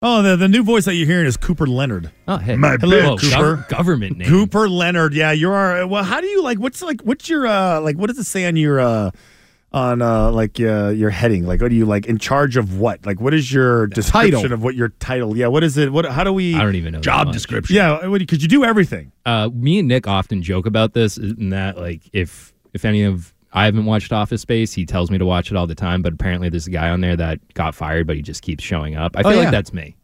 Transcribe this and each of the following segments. Oh, the, the new voice that you're hearing is Cooper Leonard. Oh, hey. My Hello, bad, Cooper. gov- government name. Cooper Leonard. Yeah, you are. Well, how do you like? What's like? What's your uh? Like, what does it say on your uh? On uh, like uh, your heading, like what do you like in charge of what? Like what is your description title. of what your title? Yeah, what is it? What? How do we? I don't even know. that much. Yeah, because you do everything. Uh, me and Nick often joke about this and that, like, if if any of I haven't watched Office Space, he tells me to watch it all the time. But apparently, there's a guy on there that got fired, but he just keeps showing up. I feel Oh, yeah. like that's me.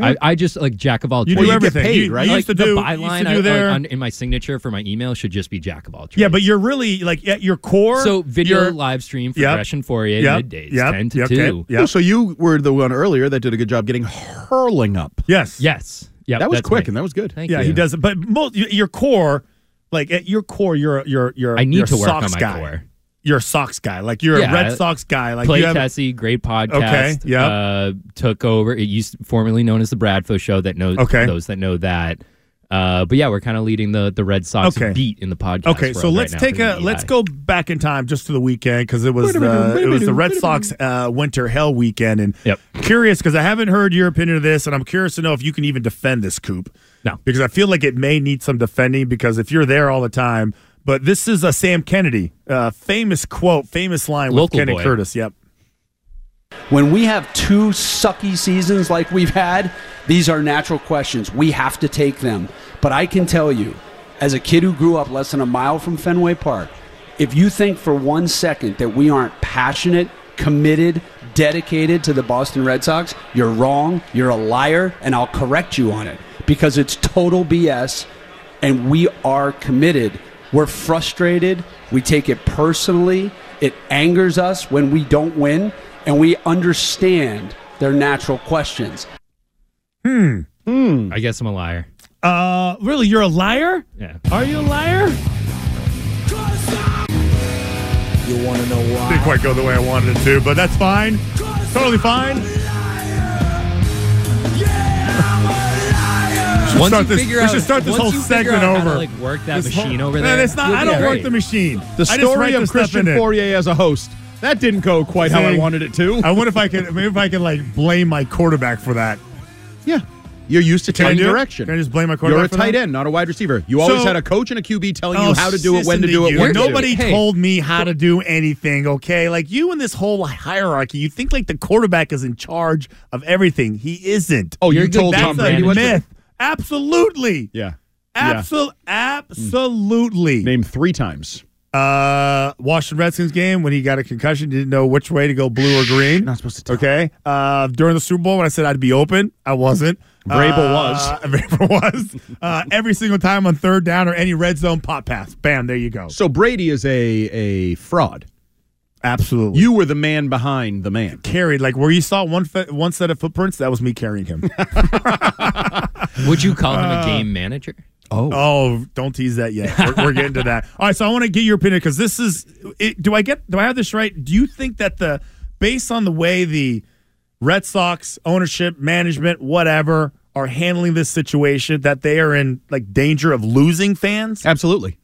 I, I just like jack of all You trades. do everything. Like, you, you used to the do. you used byline to I- do like, there. on- in my signature for my email should just be jack of all trades. yeah, but you're really like at your core. so video you're- live stream for Yep. Gresham Fourier Yep. middays, Yep. ten to Yep. two. Okay. Yep. Oh, so you were the one earlier that did a good job getting hurling up. yes. Yes, yeah, that was quick and that was good. Thank Yeah, you. he does. But most y- your core, like at your core, you're you're you're. I need you're to work on socks my guy. core. You're a socks guy. Like you're a Yeah, Red I- Sox guy. Like Play you have, Tessie, great podcast. Okay, yep. Uh, took over. It used formerly known as the Bradfo Show. That knows Okay. those that know that. Uh, but yeah, we're kind of leading the the Red Sox Okay. beat in the podcast. Okay, so world right let's now take for the a let's EI. go back in time just to the weekend because it was uh, it was the Red Sox uh, winter hell weekend and Yep. curious because I haven't heard your opinion of this and I'm curious to know if you can even defend this coop. No. because I feel like it may need some defending because if you're there all the time, but this is a Sam Kennedy uh, famous quote, famous line with Local Kenny boy. Curtis. Yep. When we have two sucky seasons like we've had, these are natural questions. We have to take them. But I can tell you, as a kid who grew up less than a mile from Fenway Park, if you think for one second that we aren't passionate, committed, dedicated to the Boston Red Sox, you're wrong, you're a liar, and I'll correct you on it because it's total BS and we are committed. We're frustrated. We take it personally. It angers us when we don't win, and we understand their natural questions. I guess I'm a liar. Uh, really, you're a liar. Yeah. Are you a liar? You want to know why? Didn't quite go the way I wanted it to, but that's fine. Totally fine. should Once start you this- figure we out- should start this once whole you figure segment out how to, over. like work that This whole- machine over Man, there. it's not. you'll I be don't all work right. the machine. The I just write story the of stuff Christian in it. Fourier as a host that didn't go quite how I Dang. wanted it to. I wonder if I can. Maybe if I can like blame my quarterback for that. yeah, you're used to Can I telling do it? direction. Can I just blame my You're quarterback a for tight that? end, not a wide receiver. You always So- had a coach and a QB telling Oh, you how to do it, when to listen do it, you. when to do it. Nobody Hey. told me how to do anything. Okay, like you and this whole hierarchy. You think like the quarterback is in charge of everything. He isn't. Oh, you You're told That's Tom a Brady what to do? myth. Absolutely. Yeah. Yeah. Absol- Absolutely. Named three times. Uh, Washington Redskins game when he got a concussion, didn't know which way to go, blue or green. not supposed to tell. Okay. Uh, during the Super Bowl, when I said I'd be open, I wasn't. Vrabel Uh, was. Vrabel was. Uh, every single time on third down or any red zone pop pass, bam, there you go. So Brady is a a fraud. Absolutely. You were the man behind the man. carried like where you saw one fe- one set of footprints. That was me carrying him. Would you call Uh, him a game manager? oh, don't tease that yet. We're, we're getting to that. All right. So I want to get your opinion because this is. It, do I get? Do I have this right? Do you think that the based on the way the Red Sox ownership, management, whatever, are handling this situation, that they are in like danger of losing fans? Absolutely.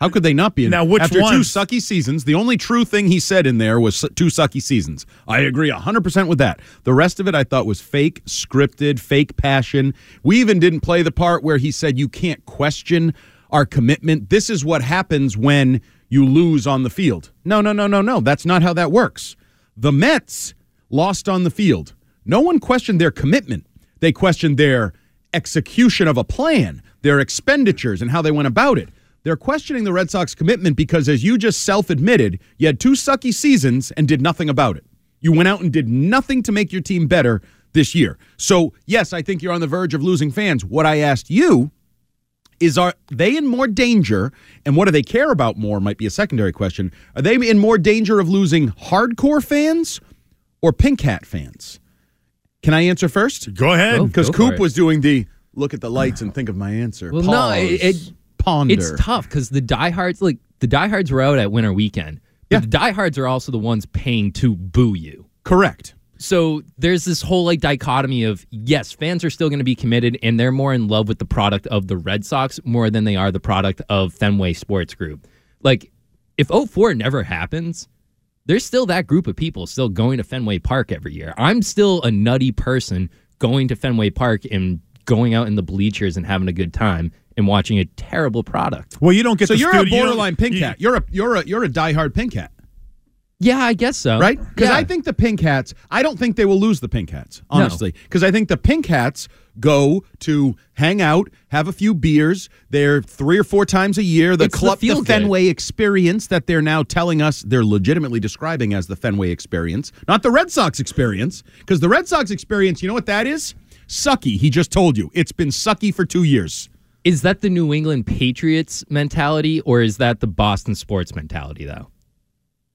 How could they not be in Now, which After two ones? sucky seasons, the only true thing he said in there was su- two sucky seasons. I agree 100% with that. The rest of it I thought was fake, scripted, fake passion. We even didn't play the part where he said, You can't question our commitment. This is what happens when you lose on the field. No, no, no, no, no. That's not how that works. The Mets lost on the field. No one questioned their commitment. They questioned their execution of a plan, their expenditures, and how they went about it. They're questioning the Red Sox commitment because, as you just self admitted, you had two sucky seasons and did nothing about it. You went out and did nothing to make your team better this year. So, yes, I think you're on the verge of losing fans. What I asked you is are they in more danger and what do they care about more might be a secondary question are they in more danger of losing hardcore fans or pink hat fans can i answer first Go ahead. Oh, Go. because for coop it. was doing the look at the lights and think of my answer Well, Pause. no, it- it- ponder It's tough because the diehards, like the diehards, were out at winter weekend. But Yeah. the diehards are also the ones paying to boo you. correct So there's this whole like dichotomy of yes, fans are still going to be committed, and they're more in love with the product of the Red Sox more than they are the product of Fenway Sports Group. Like, if 04 never happens, there's still that group of people still going to Fenway Park every year. I'm still a nutty person going to Fenway Park and going out in the bleachers and having a good time and watching a terrible product. Well, you don't get so the you're studio- a borderline pink you- hat you're a you're a you're a diehard pink hat Yeah, I guess so. right? Because Yeah. I think the pink hats, I don't think they will lose the pink hats, No. honestly. Because I think the pink hats go to hang out, have a few beers. They're three or four times a year. The It's the club, the, feel-good. Fenway experience that they're now telling us they're legitimately describing as the Fenway experience, not the Red Sox experience. Because the Red Sox experience, you know what that is? Sucky. He just told you. It's been sucky for two years. Is that the New England Patriots mentality or is that the Boston sports mentality, though?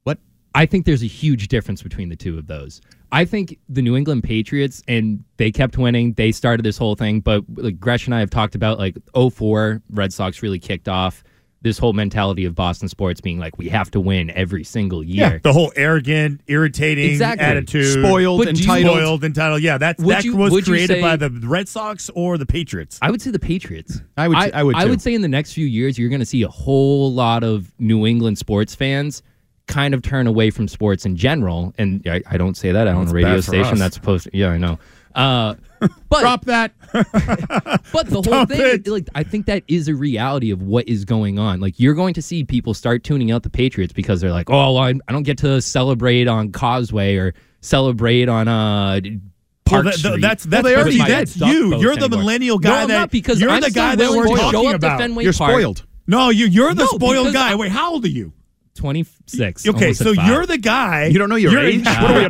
What? I think there's a huge difference between the two of those. I think the New England Patriots and they kept winning. They started this whole thing, but like Gresh and I have talked about like 04 Red Sox really kicked off this whole mentality of Boston sports being like we have to win every single year. The whole arrogant, irritating Exactly. attitude. Spoiled, But do you- entitled. Spoiled, entitled. Yeah, that, Would that you- was would you created say- by the Red Sox or the Patriots. I would say the Patriots. I would- I would I too. would say in the next few years, you're going to see a whole lot of New England sports fans kind of turn away from sports in general. And I, I don't say that out on a radio bad for station us. that's supposed. to, Yeah, I know. Uh, but Drop that. but the whole Stop thing, it. like, I think that is a reality of what is going on. Like, you're going to see people start tuning out the Patriots because they're like, oh, well, I, I don't get to celebrate on Causeway or celebrate on uh, Well, Park that- Street. that's that's Well, they already that's, did. that's Duck you. boats You're the anymore. millennial No, guy I'm that not because you're I'm the still guy that willing we're to show talking up about. To Fenway You're Park, spoiled. no, you you're the No, spoiled because guy. I- Wait, how old are you? 26. Okay, almost at so five. you're the guy. You don't know your you're- age? Yeah. what are we, a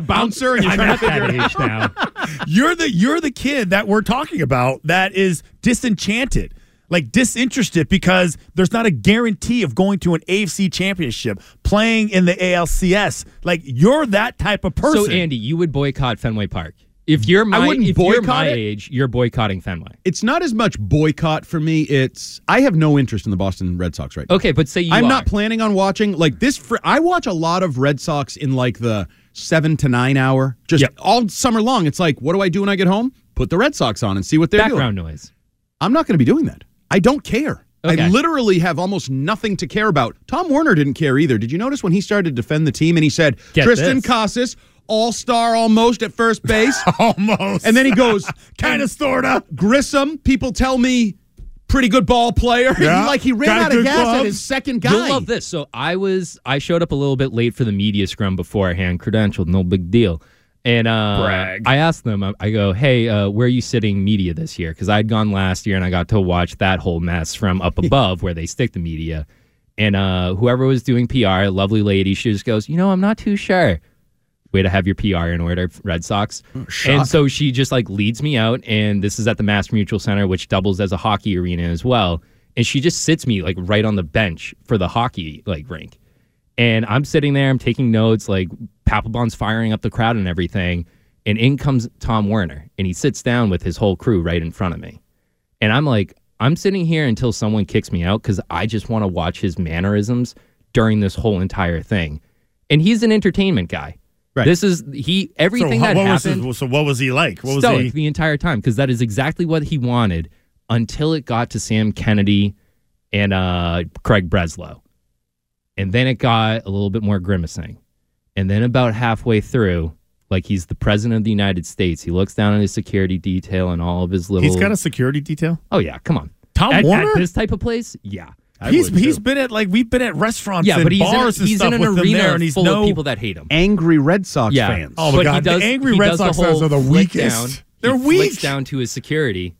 bouncer? And you're I'm trying to at figure that it out? age now. you're the you're the kid that we're talking about that is disenchanted, like disinterested because there's not a guarantee of going to an AFC championship, playing in the ALCS. Like you're that type of person. So Andy, you would boycott Fenway Park. If you're my wouldn't if you're my boycott it. age, you're boycotting Fenway. it's not as much boycott for me. It's I have no interest in the Boston Red Sox right now. Okay, but say you I'm are. not planning on watching like this. Fr- I watch a lot of Red Sox in like the seven to nine hour, just Yep. all summer long. It's like, what do I do when I get home? Put the Red Sox on and see what they're doing. background noise. I'm not going to be doing that. I don't care. I Okay. literally have almost nothing to care about. Tom Werner didn't care either. Did you notice when he started to defend the team and he said Get Tristan this. Casas, all star almost at first base, almost. and then he goes kind of sorta. Grissom, people tell me, pretty good ball player. Yeah. like he ran Got out of good gas at gloves. his second guy. You'll love this. So I was I showed up a little bit late for the media scrum beforehand, credentialed, no big deal. And uh, I asked them, I- I go, hey, uh, where are you sitting media this year? Because I'd gone last year and I got to watch that whole mess from up above where they stick the media. And uh, whoever was doing PR, a lovely lady, she just goes, you know, I'm not too sure. Way to have your PR in order, Red Sox. and so she just like leads me out, and this is at the Mass Mutual Center, which doubles as a hockey arena as well. And she just sits me like right on the bench for the hockey like rink. And I'm sitting there, I'm taking notes, like Papelbon's firing up the crowd and everything. And in comes Tom Werner, and he sits down with his whole crew right in front of me. And I'm like, I'm sitting here until someone kicks me out because I just want to watch his mannerisms during this whole entire thing. And he's an entertainment guy. Right. This is he everything so, that what happened Was his, so what was he like? What was stoic he? the entire time because that is exactly what he wanted until it got to Sam Kennedy and uh, Craig Breslow. And then it got a little bit more grimacing. And then about halfway through, like he's the president of the United States, he looks down at his security detail and all of his little. He's got a security detail. oh yeah, come on. Tom at, Warner? at this type of place, yeah, He's he's been at like we've been at restaurants yeah. and But he's in, a- bars and he's stuff in an with them arena there, and he's full no of people that hate him. angry Red Sox Yeah. fans. Oh my But he god, does- the angry he Red does the Sox fans whole are the flick weakest. down. They're he flicks weak. down to his security,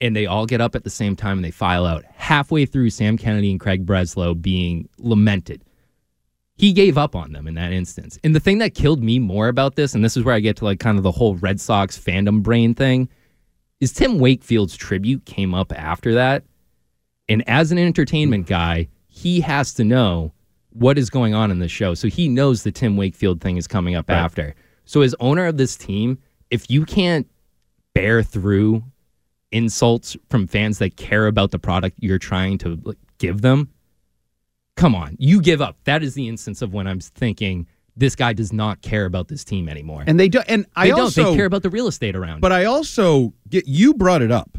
and they all get up at the same time and they file out. Halfway through, Sam Kennedy and Craig Breslow being lamented. He gave up on them in that instance. And the thing that killed me more about this, and this is where I get to like kind of the whole Red Sox fandom brain thing, is Tim Wakefield's tribute came up after that. And as an entertainment guy, he has to know what is going on in the show. So he knows the Tim Wakefield thing is coming up after. So as owner of this team, if you can't bear through insults from fans that care about the product you're trying to like, give them, come on, you give up. That is the instance of when I'm thinking this guy does not care about this team anymore. And they do. And I they also don't. They care about the real estate around. it. But I also get you brought it up.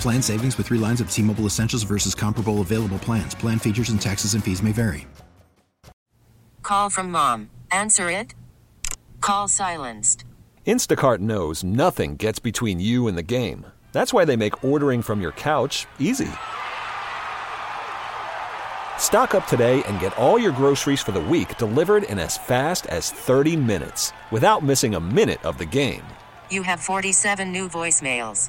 Plan savings with three lines of T Mobile Essentials versus comparable available plans. Plan features and taxes and fees may vary. Call from mom. Answer it. Call silenced. Instacart knows nothing gets between you and the game. That's why they make ordering from your couch easy. Stock up today and get all your groceries for the week delivered in as fast as 30 minutes without missing a minute of the game. You have 47 new voicemails.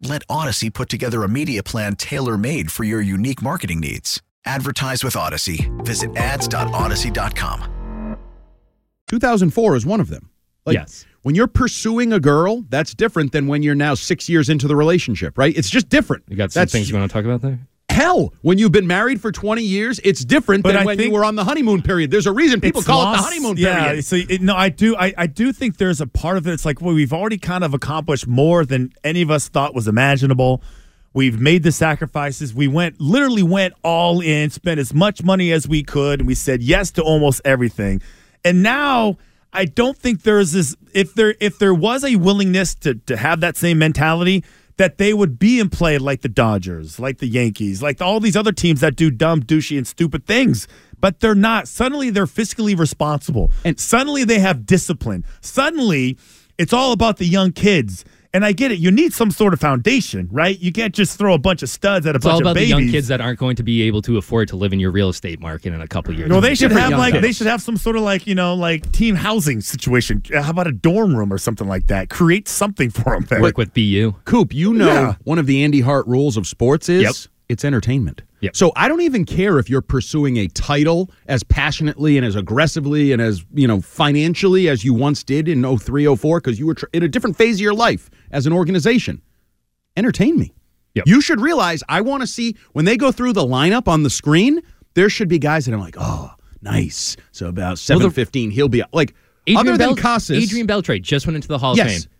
Let Odyssey put together a media plan tailor made for your unique marketing needs. Advertise with Odyssey. Visit ads.odyssey.com. 2004 is one of them. Yes. When you're pursuing a girl, that's different than when you're now six years into the relationship, right? It's just different. you got some that's things you want to talk about there. hell when you've been married for 20 years. It's different But than I when you think- were on the honeymoon period. There's a reason people It's call it the lost- honeymoon yeah, period. So it, no, I do. I, I do think there's a part of it. It's like well, we've already kind of accomplished more than any of us thought was imaginable. We've made the sacrifices. We went literally went all in, spent as much money as we could, and we said yes to almost everything. And now I don't think there's this. If there if there was a willingness to to have that same mentality. That they would be in play like the Dodgers, like the Yankees, like all these other teams that do dumb, douchey, and stupid things but they're not. Suddenly they're fiscally responsible. And suddenly they have discipline. Suddenly it's all about the young kids. And I get it. You need some sort of foundation, right? You can't just throw a bunch of studs at a It's bunch all about of the babies. young kids that aren't going to be able to afford to live in your real estate market in a couple years. no, they should Different have young like kids. they should have some sort of like you know like team housing situation. Uh, How about a dorm room or something like that? Create something for them. There. work with BU. Coop, you know Yeah. one of the Andy Hart rules of sports is Yep. it's entertainment. Yep. So I don't even care if you're pursuing a title as passionately and as aggressively and as, you know, financially as you once did in 03, 04, because you were tr- in a different phase of your life as an organization. Entertain me. Yep. You should realize I want to see when they go through the lineup on the screen, there should be guys that I'm like, oh, nice. So about 7.15, he'll be like, other than Bel- Casas. Adrian Beltre just went into the Hall of Yes. Fame.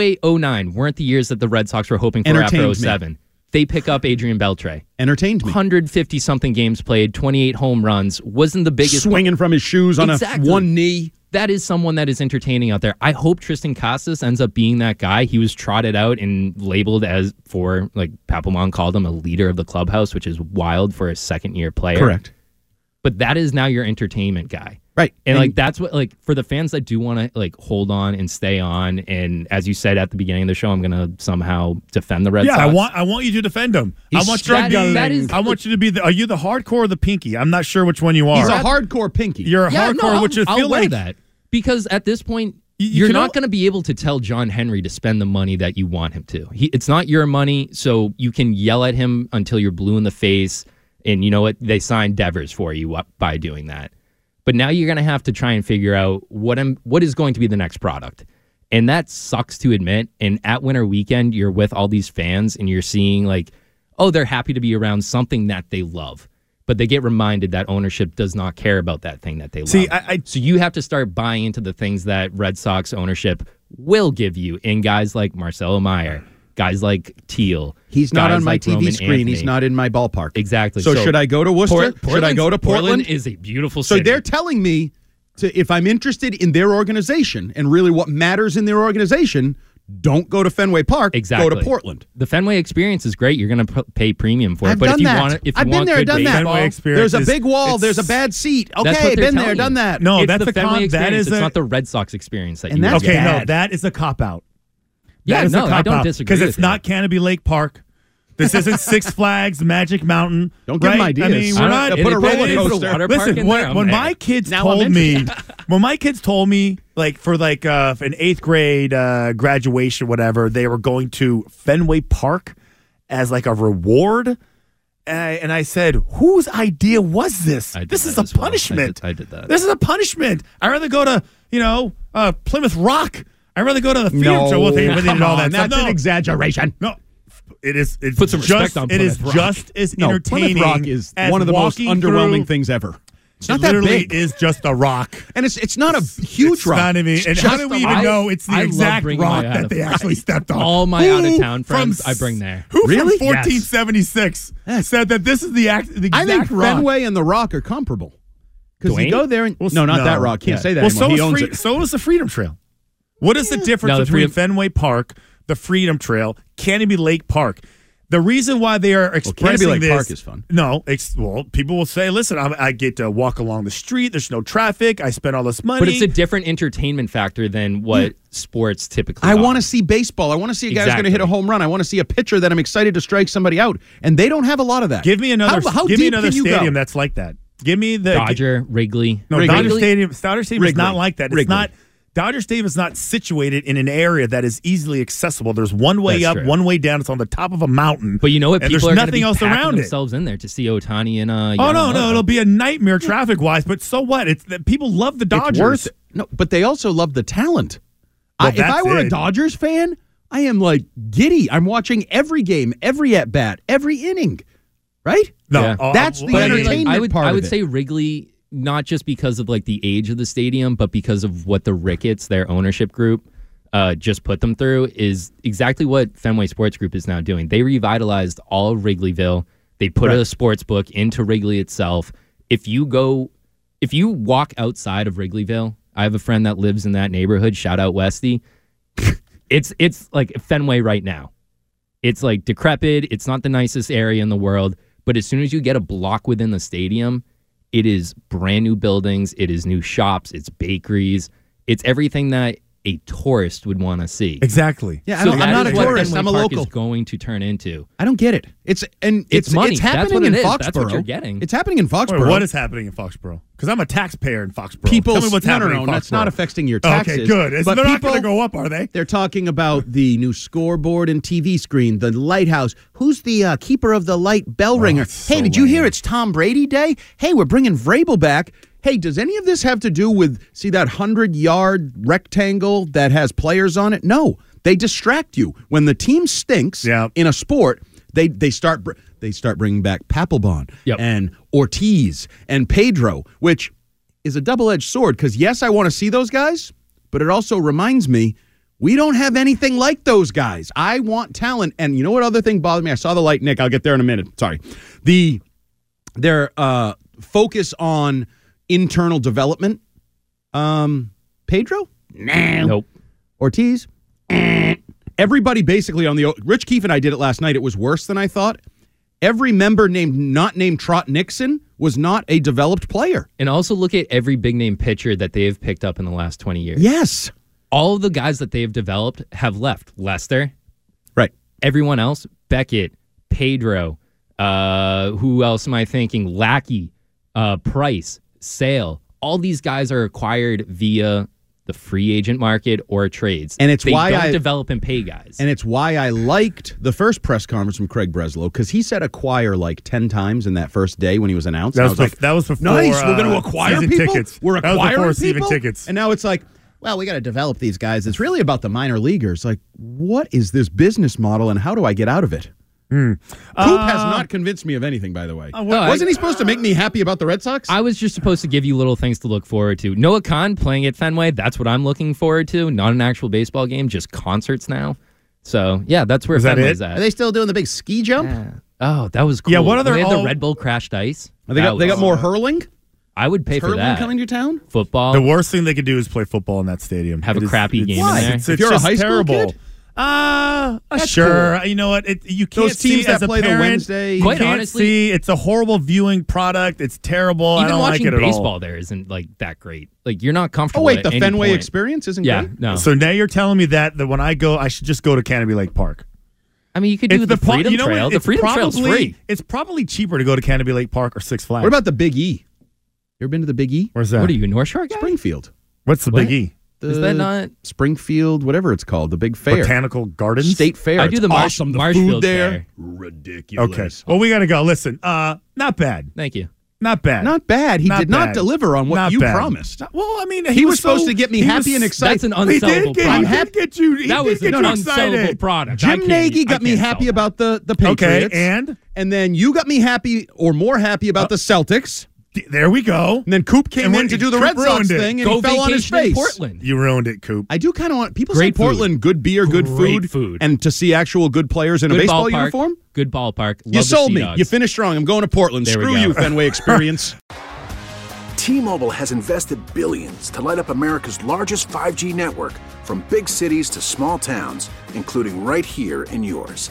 08, 09 weren't the years that the Red Sox were hoping for after Entertained me. 07. They pick up Adrian Beltre. entertained me. 150 something games played, 28 home runs. Wasn't the biggest. Swinging from his shoes on Exactly. a one knee. That is someone that is entertaining out there. I hope Tristan Casas ends up being that guy. He was trotted out and labeled as, for like Papelmon called him, a leader of the clubhouse, which is wild for a second year player. But that is now your entertainment guy. Right. and, like that's what like for the fans that do want to like hold on and stay on and as you said at the beginning of the show i'm gonna somehow defend the red yeah, sox I want I want you to defend them. I He's want you to that- be. that is- I want you to be. The, are you the hardcore or the pinky? I'm not sure which one you are. He's a hardcore pinky. You're a yeah, hardcore, no, I'll- which I I'll feel wear like that because at this point You- you you, are can not al- going to be able to tell John Henry to spend the money that you want him to. He, it's not your money, so you can yell at him until you're blue in the face. And you know what? They signed Devers for you up by doing that. But now you're going to have to try and figure out what am, what is going to be the next product. And that sucks to admit. And at winter weekend, you're with all these fans and you're seeing like, oh, they're happy to be around something that they love. But they get reminded that ownership does not care about that thing that they love. See, I- I- so you have to start buying into the things that Red Sox ownership will give you in guys like Marcelo Meyer, guys like Teal. He's not guys on my like TV Roman screen. He's Anthony. not in my ballpark. Exactly. So, should I go to Worcester? Port- should I Portland's- go to Portland? is a beautiful so city. they're telling me to if I'm interested in their organization and really what matters in their organization, don't go to Fenway Park. exactly Go to Portland. The Fenway experience is great. You're going to p- pay premium for it. I've but done if you that. want, it- if you I've been want there, good done that. baseball- Fenway There's experience a is- big wall. it's- There's a bad seat. That's what Okay, they're been there, telling done you. that. No, it's that's the a Fenway con- that experience. is it's a- not the Red Sox experience that And you that's would Okay, get. no, bad. that is a cop out. Yeah, that is no, a I cop don't out disagree because with it's you. not Canopy Lake Park. This isn't Six Flags, Magic Mountain. Don't give 'em right? I ideas. mean, I we're don't- not They put a it- roller it is- coaster. Water park Listen, in when, there, when man. my kids Now I'm told me, when my kids told me, like for like uh, an eighth grade uh, graduation, whatever, they were going to Fenway Park as like a reward. And I, and I said, whose idea was this? I did This that is a as well. I did- punishment. I did that. This is a punishment. I'd rather go to, you know, uh, Plymouth Rock. I'd rather go to the theater. No, well, they, they did come all that on, stuff. that's an No. exaggeration. No, it is. It's Put some just, respect on It is Plymouth Rock. just as No, entertaining. Plymouth Rock is as one of the most walking underwhelming through- things ever. It's It not that literally big, is just a rock. and it's it's not a huge It's rock. not even- It's and how just do a we even rock. know it's the I love exact bringing rock my that out they of- actually stepped on? All my Who out-of-town friends from, I bring there. Who Really? from 1476 said that this is the, act, the exact I think rock? Fenway and the Rock are comparable. Because you Dwayne? go there and Well, no, not that Rock. Can't yeah. say that. Well, so anymore. he is owns free, it. so is the Freedom Trail. What is the difference No, the between Freedom- Fenway Park, the Freedom Trail, Canopy Lake Park? The reason why they are expressing Lake this, Park is fun. No, ex- well, people will say, "Listen, I, I get to walk along the street. There's no traffic. I spend all this money." But it's a different entertainment factor than what sports typically. I are. want to see baseball. I want to see a guy who's going to Exactly. hit a home run. I want to see a pitcher that I'm excited to strike somebody out. And they don't have a lot of that. give me another. How, how give deep me another can you stadium go? that's like that. Give me the Dodger Wrigley. No, Wrigley. Dodger Wrigley? Stadium. Dodger Stadium is Wrigley. not like that. It's Wrigley. not. Dodger Stadium is not situated in an area that is easily accessible. There's one way That's up, true. one way down. It's on the top of a mountain. But you know what? And People there's are gonna nothing be else packing around it. themselves in there to see Otani and. Uh, Oh no, Yamamoto. no, it'll be a nightmare traffic wise. But so what? It's that people love the Dodgers. It's worth it. No, but they also love the talent. I, Well, if I that's were a it. Dodgers fan, I am like giddy. I'm watching every game, every at bat, every inning. Right? No, Yeah. uh, That's the But I mean, like, entertainment I would, part I of would it. say Wrigley, not just because of like the age of the stadium, but because of what the Ricketts, their ownership group, uh, just put them through, is exactly what Fenway Sports Group is now doing. They revitalized all of Wrigleyville. They put a sports book into Wrigley itself. If you go, if you walk outside of Wrigleyville, I have a friend that lives in that neighborhood. Shout out Westy. it's it's like Fenway right now. It's like decrepit. It's not the nicest area in the world. But as soon as you get a block within the stadium, it is brand new buildings. It is new shops. It's bakeries. It's everything that a tourist would want to see. exactly. Yeah, I So don't, that I'm not a is what tourist. Fenway I'm a Park local. Is going to turn into. I don't get it. It's and it's It's money. It's That's happening what it in is. Foxborough. That's what you're getting. It's happening in Foxborough. Wait, what is happening in Foxborough? Because I'm a taxpayer in Foxborough. people? Tell me what's no, happening. no, no, in That's not Foxborough. affecting your Okay, taxes. good. It's- But they're not people- going to go up, are they? They're talking about the new scoreboard and TV screen, the lighthouse. Who's the uh, keeper of the light bell ringer? it's hey, so did you hear lame. it's Tom Brady Day? Hey, we're bringing Vrabel back. Hey, does any of this have to do with, see, that 100 yard rectangle that has players on it? No, they distract you. When the team stinks Yeah. in a sport, they, they start br- they start bringing back Papelbon Yep. and Ortiz and Pedro, which is a double edged sword because, yes, I want to see those guys, but it also reminds me we don't have anything like those guys. I want talent. And you know what other thing bothered me? I saw the light, Nick. I'll get there in a minute. Sorry. The their uh, focus on internal development. Um, Pedro? Nah. Nope. Ortiz. Everybody basically on the Rich Keefe and I did it last night. It was worse than I thought. Every member named not named Trot Nixon was not a developed player. And also look at every big name pitcher that they have picked up in the last 20 years. Yes. All of the guys that they have developed have left. Lester, Right. everyone else Beckett, Pedro, uh, who else am I thinking? Lackey, uh, Price, Sale. All these guys are acquired via the free agent market or trades. And it's they why don't I- develop and pay guys. And it's why I liked the first press conference from Craig Breslow because he said acquire like 10 times in that first day when he was announced. That And I was, bef- like, that was before. nice. We're going to uh, acquire season people. Tickets. We're that was acquiring before season people. tickets. And now it's like, well, we got to develop these guys. It's really about the minor leaguers. Like, what is this business model and how do I get out of it? Coop has Hmm. Uh, not convinced me of anything, by the way. uh, well, Wasn't he supposed to make me happy about the Red Sox? I was just supposed to give you little things to look forward to. Noah Khan playing at Fenway, that's what I'm looking forward to. Not an actual baseball game, just concerts now. So, yeah, that's where Is that Fenway's it? Are at. they still doing the big ski jump? oh, that was cool. Yeah, what other They had the all- Red Bull crashed ice. They got That they was- got more hurling. I would pay for Hurling that. coming to town. Football. The worst thing they could do is play football in that stadium. Oh. Have a crappy game in it's- there. It's, If it's you're a just high school terrible. kid? Uh, sure. You know what? It, you can't Those teams see as that a play the parent, Wednesday- you Quite can't honestly- see. it's a horrible viewing product. It's terrible. I Even don't watching like it at all. baseball there isn't like that great. Like you're not Oh comfortable. wait, at the any Fenway point. experience isn't Yeah, great. no. So now you're telling me that that when I go, I should just go to Canopy Lake Park. I mean, you could It's do the, pro- Freedom you know what? Trail. The It's Freedom Trail's probably- free. It's probably cheaper to go to Canopy Lake Park or Six Flags. What about the Big E? You ever been to the Big E? where's that? What are you, North Shore guy? Springfield. What's the Big E? The Is that not? Springfield? Whatever it's called, the big fair, Botanical Gardens. state fair. I do It's the Marsh, awesome. The Marshfield food there, Fair. Ridiculous. Okay. Well, we gotta go. Listen, uh, not bad. Thank you. Not bad. not bad. He Not did bad. not deliver on what Not you bad. promised. Not- Well, I mean, He, was, supposed so- to get me he happy was- and That's excited. an He did unsellable get. He did product. get you. He that did was get an you unsellable excited. product. I Jim can't- Nagy I got me can't happy sell that. about the the Okay, Patriots, and? and then you got me happy or more happy about the Celtics. D- There we go. And then Coop came And when- in to do the Coop Red Sox ruined it. thing, and Go he fell on his vacation in face. Portland. You ruined it, Coop. I do kind of want people Great say Portland, good beer, good Great food, food. and to see actual good players in a Good baseball ballpark. uniform. Good ballpark. Love you the sold Sea me. Dogs. You finished strong. I'm going to Portland. There we Screw go. you, Fenway Experience. T-Mobile has invested billions to light up America's largest 5G network from big cities to small towns, including right here in yours.